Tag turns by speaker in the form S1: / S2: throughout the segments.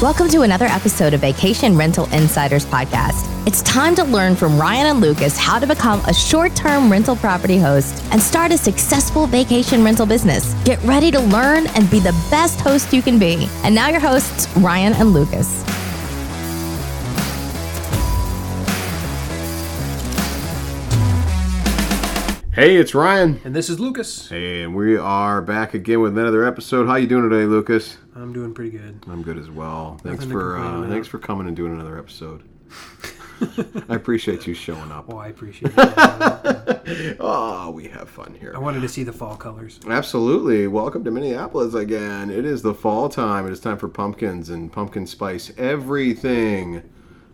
S1: Welcome to another episode of Vacation Rental Insiders Podcast. It's time to learn from Ryan and Lucas how to become a short term rental property host and start a successful vacation rental business. Get ready to learn and be the best host you can be. And now, your hosts, Ryan and Lucas.
S2: Hey, it's Ryan,
S3: And this is Lucas.
S2: and we are back again with another episode. How you doing today, Lucas?
S3: I'm doing pretty good.
S2: I'm good as well. Thanks
S3: Nothing to
S2: for
S3: complain
S2: uh,
S3: about.
S2: thanks for coming and doing another episode. I appreciate you showing up.
S3: Oh, I appreciate it.
S2: Oh, we have fun here.
S3: I wanted to see the fall colors.
S2: Absolutely. Welcome to Minneapolis again. It is the fall time. It is time for pumpkins and pumpkin spice everything.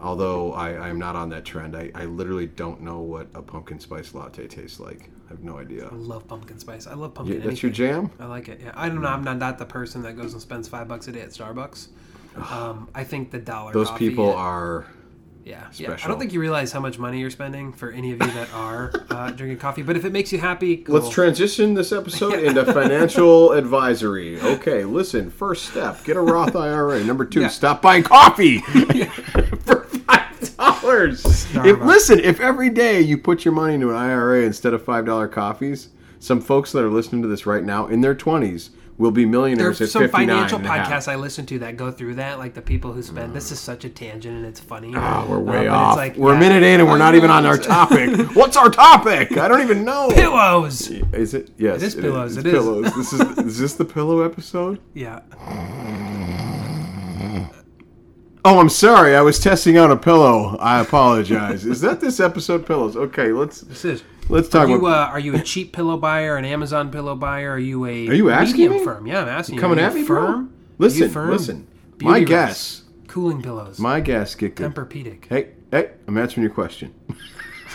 S2: Although I, I am not on that trend. I, I literally don't know what a pumpkin spice latte tastes like. I have no idea.
S3: I love pumpkin spice. I
S2: You-
S3: love pumpkin.
S2: that's your
S3: anything. Uh,
S2: jam?
S3: I like it. Yeah, I don't know. I'm not, not the person that goes and spends five bucks a day at Starbucks. Um, I think the dollar.
S2: Those
S3: coffee
S2: people
S3: at-
S2: are
S3: Yeah, yeah. I
S2: special.
S3: don't think you realize how much money you're spending for any of you that are uh, drinking coffee. But if it makes you happy, cool.
S2: Let's transition this episode into financial advisory. Okay, listen. First step: get a Roth IRA. Number two:
S3: Yeah.
S2: stop buying coffee for five dollars. If, listen, if every day you put your money into an IRA instead of five dollar coffees, some folks that are listening to this right now in their twenties will be
S3: There are
S2: millionaires at
S3: some
S2: fifty nine.
S3: financial podcasts I listen to that go through that, like the people who spend. This is such a tangent, and it's funny.
S2: Oh, Mm. we're
S3: Uh, but
S2: way
S3: it's
S2: off.
S3: like,
S2: we're a
S3: yeah,
S2: minute in and we're not even on our topic. What's our topic? I don't even know.
S3: Pillows.
S2: Is it? Yes.
S3: It is pillows,
S2: It's
S3: it is.
S2: pillows. This is. Is this the pillow episode?
S3: Yeah.
S2: Oh, I'm sorry. I was testing out a pillow. I apologize. is that this episode pillows? Okay, let's
S3: This is.
S2: let's talk
S3: Are you,
S2: about.
S3: uh, are you a cheap pillow buyer, an Amazon pillow buyer? Are you a
S2: Are you asking
S3: medium
S2: me?
S3: firm? Yeah, I'm asking you.
S2: coming
S3: Are you
S2: at me, bro?
S3: firm?
S2: listen,
S3: Are you firm?
S2: listen.
S3: Beauty
S2: My
S3: rest.
S2: guess.
S3: Cooling pillows.
S2: My guess. Get good.
S3: Tempur-Pedic.
S2: Hey, hey. I'm answering your question.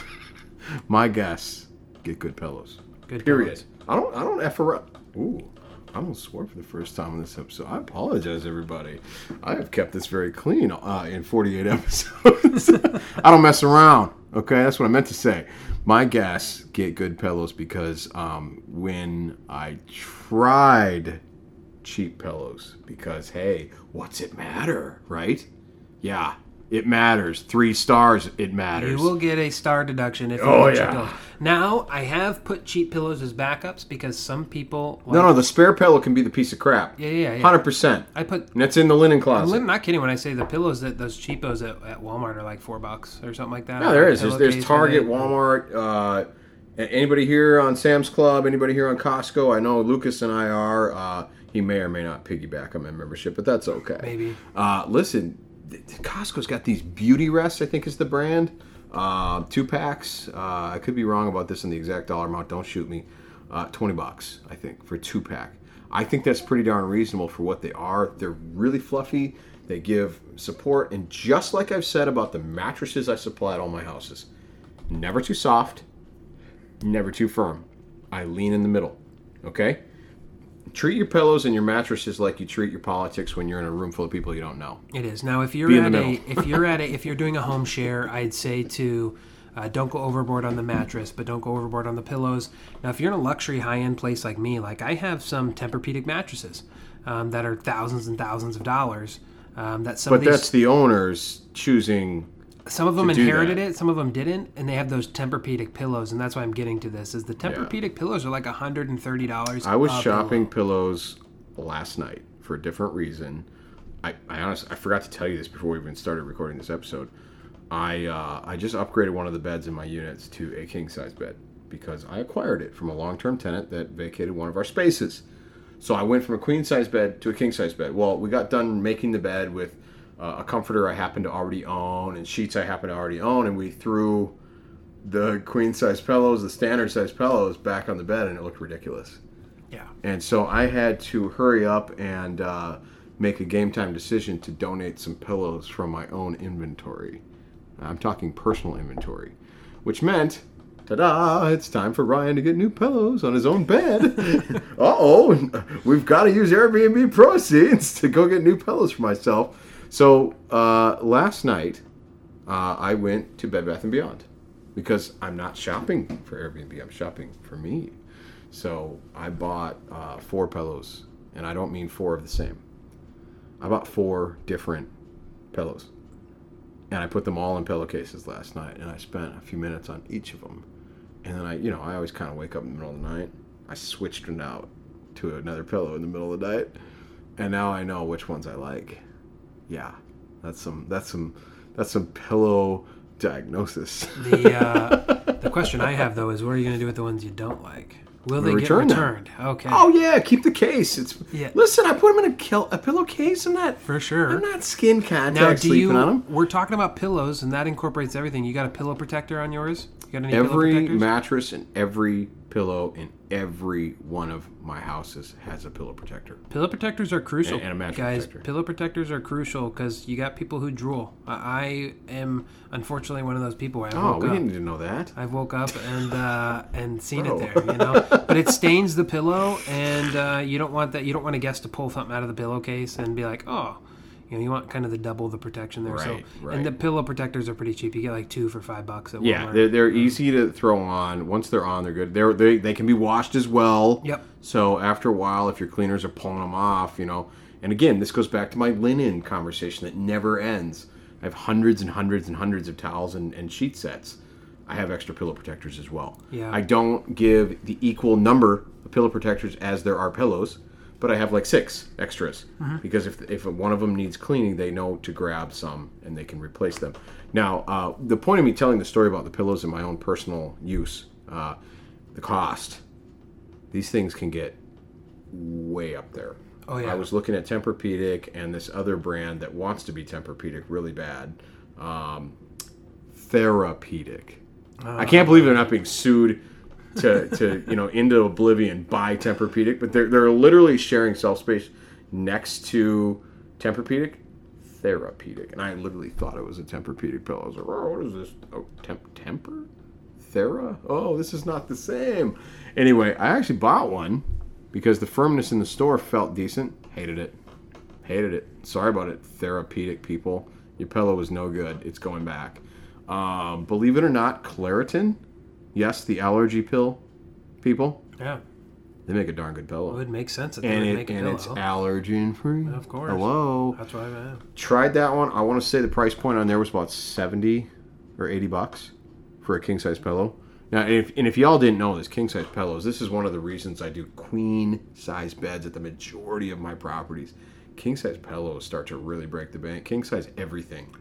S2: my guess. Get good pillows.
S3: Good
S2: Period.
S3: pillows.
S2: I don't. I don't f around. Ooh. I don't swore for the first time in this episode. I apologize, everybody. I have kept this very clean uh, in 48 episodes. I don't mess around. Okay, that's what I meant to say. My guess, get good pillows because um, when I tried cheap pillows, because hey, what's it matter, right? Yeah, it matters. Three stars, it matters.
S3: You will get a star deduction if you
S2: Oh,
S3: oh, cheap
S2: yeah.
S3: pillows. Now, I have put cheap pillows as backups because some people. Like,
S2: No, no, the spare pillow can be the piece of crap.
S3: Yeah, yeah, yeah.
S2: Hundred percent.
S3: I put.
S2: And that's in the linen closet.
S3: I'm not kidding when I say the pillows that those cheapos at, at Walmart are like four bucks or something like that.
S2: no, Oh, there is. There's, there's
S3: Pillowcase
S2: Target,
S3: with it.
S2: Walmart. Uh, a- anybody here on Sam's Club? Anybody here on Costco? I know Lucas and I are. Uh, he may or may not piggyback on my membership, but that's okay.
S3: Maybe.
S2: Uh, listen, th- th- Costco's got these Beauty Rests. I think is the brand. Uh, two packs. Uh, I could be wrong about this in the exact dollar amount. Don't shoot me. Uh, Twenty bucks, I think, for two pack. I think that's pretty darn reasonable for what they are. They're really fluffy. They give support, and just like I've said about the mattresses I supply at all my houses, never too soft, never too firm. I lean in the middle. Okay? Treat your pillows and your mattresses like you treat your politics when you're in a room full of people you don't know.
S3: It is now. If you're
S2: Be in
S3: at
S2: the
S3: a
S2: middle.
S3: if you're at a if you're doing a home share, I'd say to uh, don't go overboard on the mattress, but don't go overboard on the pillows. Now, if you're in a luxury high end place like me, like I have some Tempur-Pedic mattresses um, that are thousands and thousands of dollars. Um, that some
S2: But
S3: of these,
S2: that's the owners choosing.
S3: some of them
S2: do
S3: inherited
S2: that.
S3: it, some of them didn't, and they have those Tempur-Pedic pillows, and that's why I'm getting to this. Is the Tempur-Pedic pillows are like 130 dollars.
S2: I was shopping pillows last night for a different reason. I, I honestly I forgot to tell you this before we even started recording this episode. I uh, I just upgraded one of the beds in my units to a king size bed because I acquired it from a long term tenant that vacated one of our spaces. So I went from a queen size bed to a king size bed. Well, we got done making the bed with uh, a comforter I happen to already own and sheets I happen to already own, and we threw the queen size pillows, the standard size pillows, back on the bed, and it looked ridiculous.
S3: Yeah.
S2: And so I had to hurry up and uh, make a game time decision to donate some pillows from my own inventory. I'm talking personal inventory, which meant, ta da, it's time for Ryan to get new pillows on his own bed. uh oh, we've got to use Airbnb proceeds to go get new pillows for myself. So uh, last night, uh, I went to Bed Bath and Beyond because I'm not shopping for Airbnb, I'm shopping for me. So I bought uh, four pillows, and I don't mean four of the same. I bought four different pillows, and I put them all in pillowcases last night, and I spent a few minutes on each of them, and then I, you know, I always kind of wake up in the middle of the night. I switched it out to another pillow in the middle of the night, and now I know which ones I like. Yeah, that's some that's some that's some pillow diagnosis.
S3: The uh, the question I have though is, what are you going to do with the ones you don't like? Will they get
S2: return them.
S3: returned? Okay,
S2: Oh yeah, keep the case. It's
S3: Yeah.
S2: listen. I put them in a, kill, a pillowcase. I'm not
S3: for sure.
S2: I'm not skin contact
S3: now, do
S2: sleeping
S3: you?
S2: on them.
S3: We're talking about pillows, and that incorporates everything. You got a pillow protector on yours? You got any pillow
S2: Every
S3: protectors?
S2: mattress and every pillow in every one of my houses has a pillow protector.
S3: Pillow protectors are crucial,
S2: And- and a mattress
S3: guys.
S2: protector.
S3: Pillow protectors are crucial because you got people who drool. I I am unfortunately one of those people. Where I
S2: Oh,
S3: woke
S2: we
S3: up,
S2: didn't need to know that.
S3: I woke up and uh, and seen
S2: Bro.
S3: it there, you know. But it stains the pillow, and uh, you don't want that. You don't want a guest to pull something out of the pillowcase and be like, oh, you know, you want kind of the double the protection there.
S2: Right,
S3: so,
S2: right.
S3: and the pillow protectors are pretty cheap. You get like two for five bucks at
S2: Yeah,
S3: Walmart.
S2: they're, they're easy to throw on. Once they're on, they're good. They're, they they can be washed as well.
S3: Yep.
S2: So after a while, if your cleaners are pulling them off, you know, and again, this goes back to my linen conversation that never ends. I have hundreds and hundreds and hundreds of towels and, and sheet sets. I have extra pillow protectors as well.
S3: Yeah.
S2: I don't give the equal number of pillow protectors as there are pillows, but I have like six extras because if, if one of them needs cleaning, they know to grab some and they can replace them. Now, uh, the point of me telling the story about the pillows and my own personal use, uh, the cost, these things can get way up there.
S3: Oh, yeah.
S2: I was looking at Tempur-Pedic and this other brand that wants to be Tempur-Pedic really bad, um, Therapeutic.
S3: Ah.
S2: I can't believe they're not being sued to, to you know into oblivion by Tempur-Pedic, but they're they're literally sharing self space next to Tempur-Pedic, Therapeutic, and I literally thought it was a Tempur-Pedic pillow. I was like, oh, what is this? Oh, temp- Temper? Thera? Oh, this is not the same. Anyway, I actually bought one because the firmness in the store felt decent. Hated it. Hated it. Sorry about it, therapeutic people. Your pillow is no good. It's going back. Um, believe it or not, Claritin, yes, the allergy pill people,
S3: yeah,
S2: they make a darn good
S3: it
S2: pillow.
S3: would make sense that they
S2: And,
S3: would
S2: it,
S3: make a
S2: and
S3: pillow.
S2: it's allergen free.
S3: Of course.
S2: Hello.
S3: That's why I am.
S2: Tried that one. I want to say the price point on there was about 70 or 80 bucks for a king size pillow. Now, if, and if y'all didn't know this, king size pillows, this is one of the reasons I do queen size beds at the majority of my properties. King size pillows start to really break the bank. King size everything.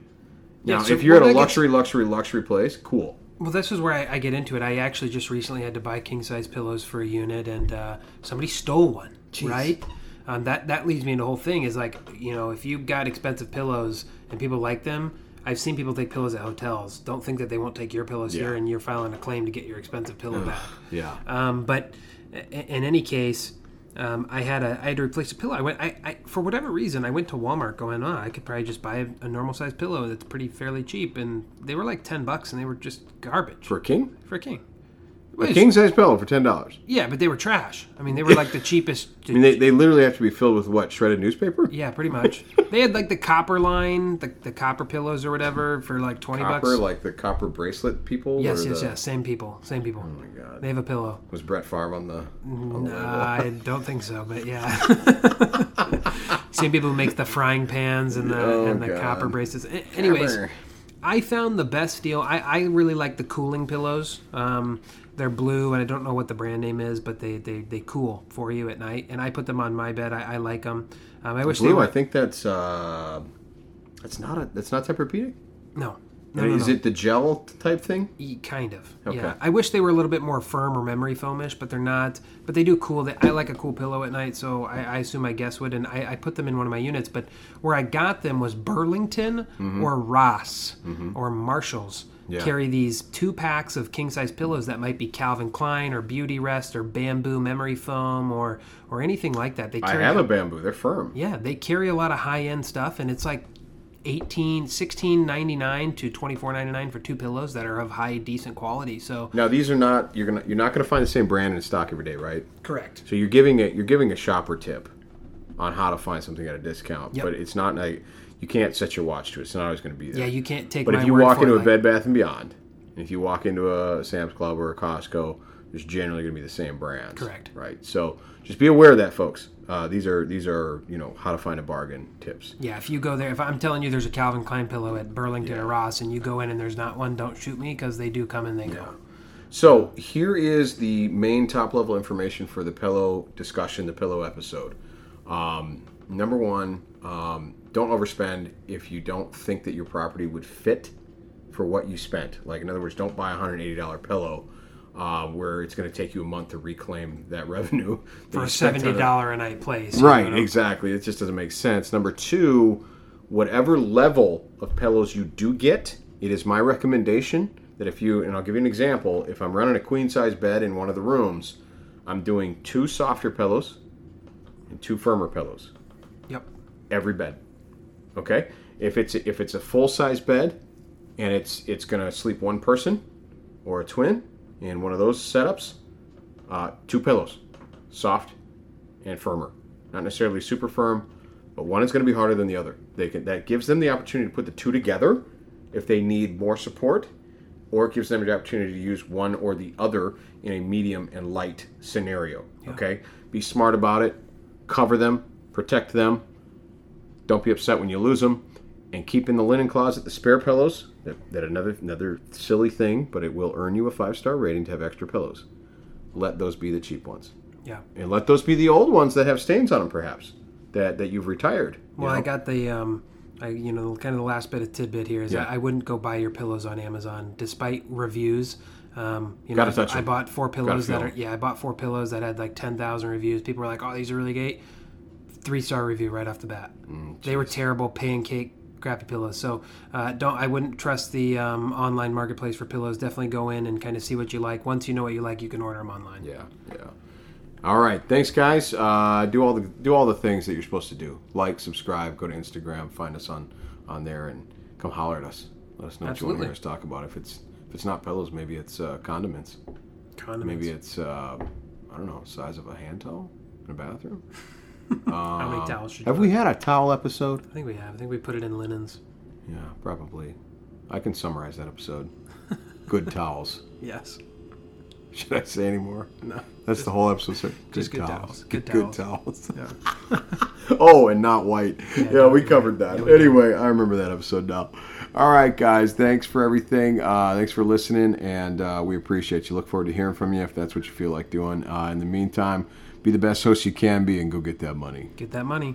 S3: Yeah,
S2: Now,
S3: so
S2: if you're
S3: what
S2: at a
S3: I get-
S2: luxury, luxury, luxury place, cool.
S3: Well, this is where I, I get into it. I actually just recently had to buy king size pillows for a unit, and uh, somebody stole one. Right. Um, that that leads me into the whole thing is like you know if you've got expensive pillows and people like them. I've seen people take pillows at hotels. Don't think that they won't take your pillows here,
S2: Yeah.
S3: and you're filing a claim to get your expensive pillow back.
S2: Yeah.
S3: Um, but i- in any case, um, I had a I had to replace a pillow. I went I, I for whatever reason I went to Walmart going on. I could probably just buy a, a normal size pillow that's pretty fairly cheap, and they were like ten bucks, and they were just garbage
S2: For a king?
S3: for a king.
S2: A king size pillow for $10.
S3: Yeah, but they were trash. I mean, they were like the cheapest.
S2: I mean, they, they literally have to be filled with what? Shredded newspaper?
S3: yeah, pretty much. They had like the copper line, the, the copper pillows or whatever for like twenty
S2: Copper,
S3: bucks.
S2: like the copper bracelet people?
S3: yes,
S2: or
S3: yes,
S2: the-
S3: yes. Same people. Same people. Oh my
S2: God.
S3: They have a pillow.
S2: Was Brett Favre on the. on the
S3: Uh, I don't think so, but yeah. Same people who make the frying pans and the
S2: Oh,
S3: and the
S2: God.
S3: copper braces. A- Anyways,
S2: Copper.
S3: I found the best deal. I, I really like the cooling pillows. Um, they're blue, and I don't know what the brand name is, but they, they, they cool for you at night. And I put them on my bed. I, I like them. Um, I wish they
S2: Blue,
S3: were
S2: I think that's uh, that's not a that's not Tempur-Pedic.
S3: no. No, no,
S2: is
S3: no.
S2: it the gel type thing?
S3: E- Kind of.
S2: Okay.
S3: Yeah. I wish they were a little bit more firm or memory foamish, but they're not. But they do cool. They, I like a cool pillow at night, so I, I assume I guess would. And I, I put them in one of my units, but where I got them was Burlington or Ross or Marshalls.
S2: Mm-hmm. Yeah.
S3: Carry these two packs of king size pillows that might be Calvin Klein or Beauty Rest or Bamboo Memory Foam or or anything like that. They
S2: I
S3: carry
S2: have a bamboo. They're firm.
S3: yeah, they carry a lot of high end stuff, and it's like 18 $16.99 to $24.99 for two pillows that are of high, decent quality. So,
S2: Now these are not you're gonna you're not gonna find the same brand in stock every day, right?
S3: correct.
S2: So you're giving it you're giving a shopper tip on how to find something at a discount,
S3: Yep.
S2: but it's not like you can't set your watch to it. It's not always going to be there.
S3: Yeah, you can't take
S2: But
S3: my
S2: if you
S3: word
S2: walk
S3: for
S2: into a
S3: it, like-
S2: Bed Bath and Beyond, and if you walk into a Sam's Club or a Costco, there's generally going to be the same brands.
S3: Correct.
S2: Right. So just be aware of that, folks. Uh, these are these are you know how to find a bargain tips.
S3: Yeah, if you go there, if I'm telling you there's a Calvin Klein pillow at Burlington or Ross, and you go in and there's not one, don't shoot me because they do come and they go.
S2: So here is the main top level information for the pillow discussion, the pillow episode. Um, number one, um, don't overspend if you don't think that your property would fit for what you spent. Like in other words, don't buy a hundred eighty dollar pillow. Uh, where it's going to take you a month to reclaim that revenue that
S3: For
S2: you
S3: a
S2: spent on
S3: seventy dollar a night place, you
S2: Right,
S3: know?
S2: exactly. It just doesn't make sense. Number two, whatever level of pillows you do get, it is my recommendation that if you, and I'll give you an example, if I'm running a queen size bed in one of the rooms, I'm doing two softer pillows and two firmer pillows
S3: Yep.
S2: every bed. Okay, if it's if it's a full size bed, and it's it's gonna sleep one person, or a twin in one of those setups, uh, two pillows, soft and firmer, not necessarily super firm, but one is gonna be harder than the other. They can that gives them the opportunity to put the two together if they need more support, or it gives them the opportunity to use one or the other in a medium and light scenario. Okay, be smart about it, cover them, protect them, don't be upset when you lose them. And keep in the linen closet the spare pillows. That, that another another silly thing, but it will earn you a five star rating to have extra pillows. Let those be the cheap ones,
S3: Yeah.
S2: and let those be the old ones that have stains on them, perhaps that that you've retired. you
S3: Well, I
S2: know?
S3: got the, um, I, you know, kind of the last bit of tidbit here is
S2: Yeah.
S3: I, I wouldn't go buy your pillows on Amazon despite reviews. Um, you know,
S2: Gotta touch
S3: I,
S2: 'em.
S3: bought four pillows
S2: feel
S3: that are
S2: 'em.
S3: yeah, I bought four pillows that had like ten thousand reviews. People were like, "Oh, these are really great." Three star review right off the bat.
S2: Mm,
S3: they were terrible pancake crappy pillows. So uh, don't I wouldn't trust the um, online marketplace for pillows. Definitely go in and kind of see what you like. Once you know what you like, you can order them online.
S2: yeah, yeah. All right, thanks guys. Uh, do all the do all the things that you're supposed to do. Like, subscribe, go to Instagram, find us on on there, and come holler at us. Let us know
S3: Absolutely.
S2: what you want to hear us talk about. If it's if it's not pillows, maybe it's uh, condiments.
S3: Condiments.
S2: Maybe it's uh, I don't know, size of a hand towel in a bathroom.
S3: How
S2: um,
S3: many towels should
S2: Have we had a towel episode?
S3: I think we have. I think we put it in linens.
S2: Yeah, probably. I can summarize that episode. Good towels.
S3: Yes.
S2: Should I say any more?
S3: No.
S2: That's the whole episode. sir.
S3: just good towels. Good
S2: towels. oh, and not white. Yeah, we covered that. anyway, I remember that episode now. All right, guys. Thanks for everything. Uh, thanks for listening, and uh, we appreciate you. Look forward to hearing from you if that's what you feel like doing. Uh, in the meantime, be the best host you can be, and go get that money.
S3: Get that money.